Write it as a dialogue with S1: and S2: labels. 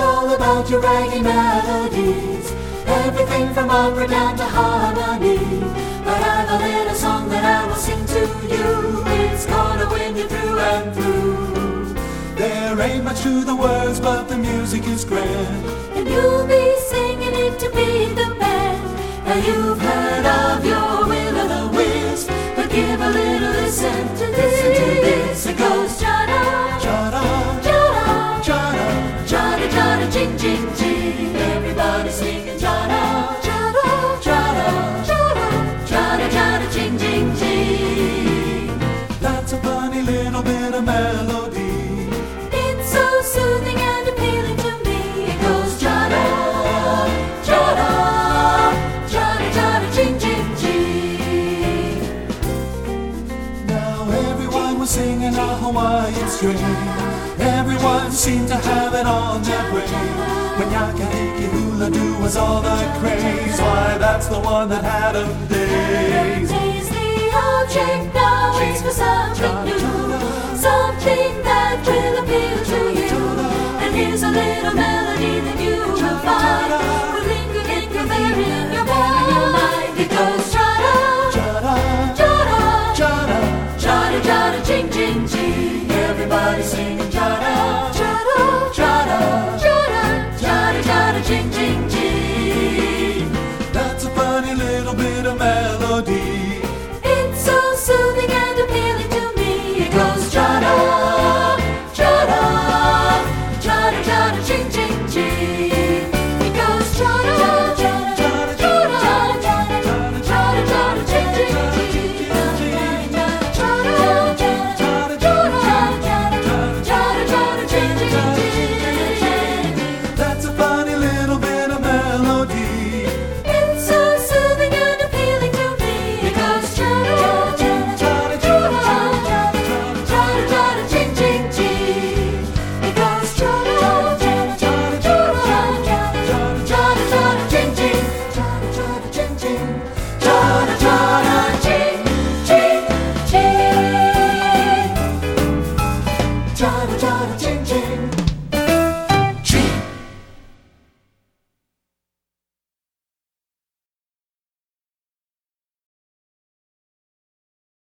S1: all to raggy melodies, everything from opera down to harmony. But I've a little song that I will sing to you. It's gonna win you through and through. There ain't much to the words, but the music is grand. And you'll be singing it to be the band. Now you've heard of your will o' the wisp, but give a little listen to this. Listen to this. It goes cha-da, cha-da, cha-da, cha-da, cha-da, cha-da, ching, ching, ching. Everybody singing cha-da, cha-da, cha-da, cha-da, cha-da, cha-da, ching, ching, ching. That's a funny little bit of melody. It's so soothing and appealing to me. It goes jada, jada, jada, jada, ching, ching, ching. Now everyone was singing a Hawaiian string. Everyone seemed to have it on their way. When Yakahiki Hula Do was all the craze, why that's the one that had 'em days. Days the object now is for something new, something that will appeal to you. And here's a little melody.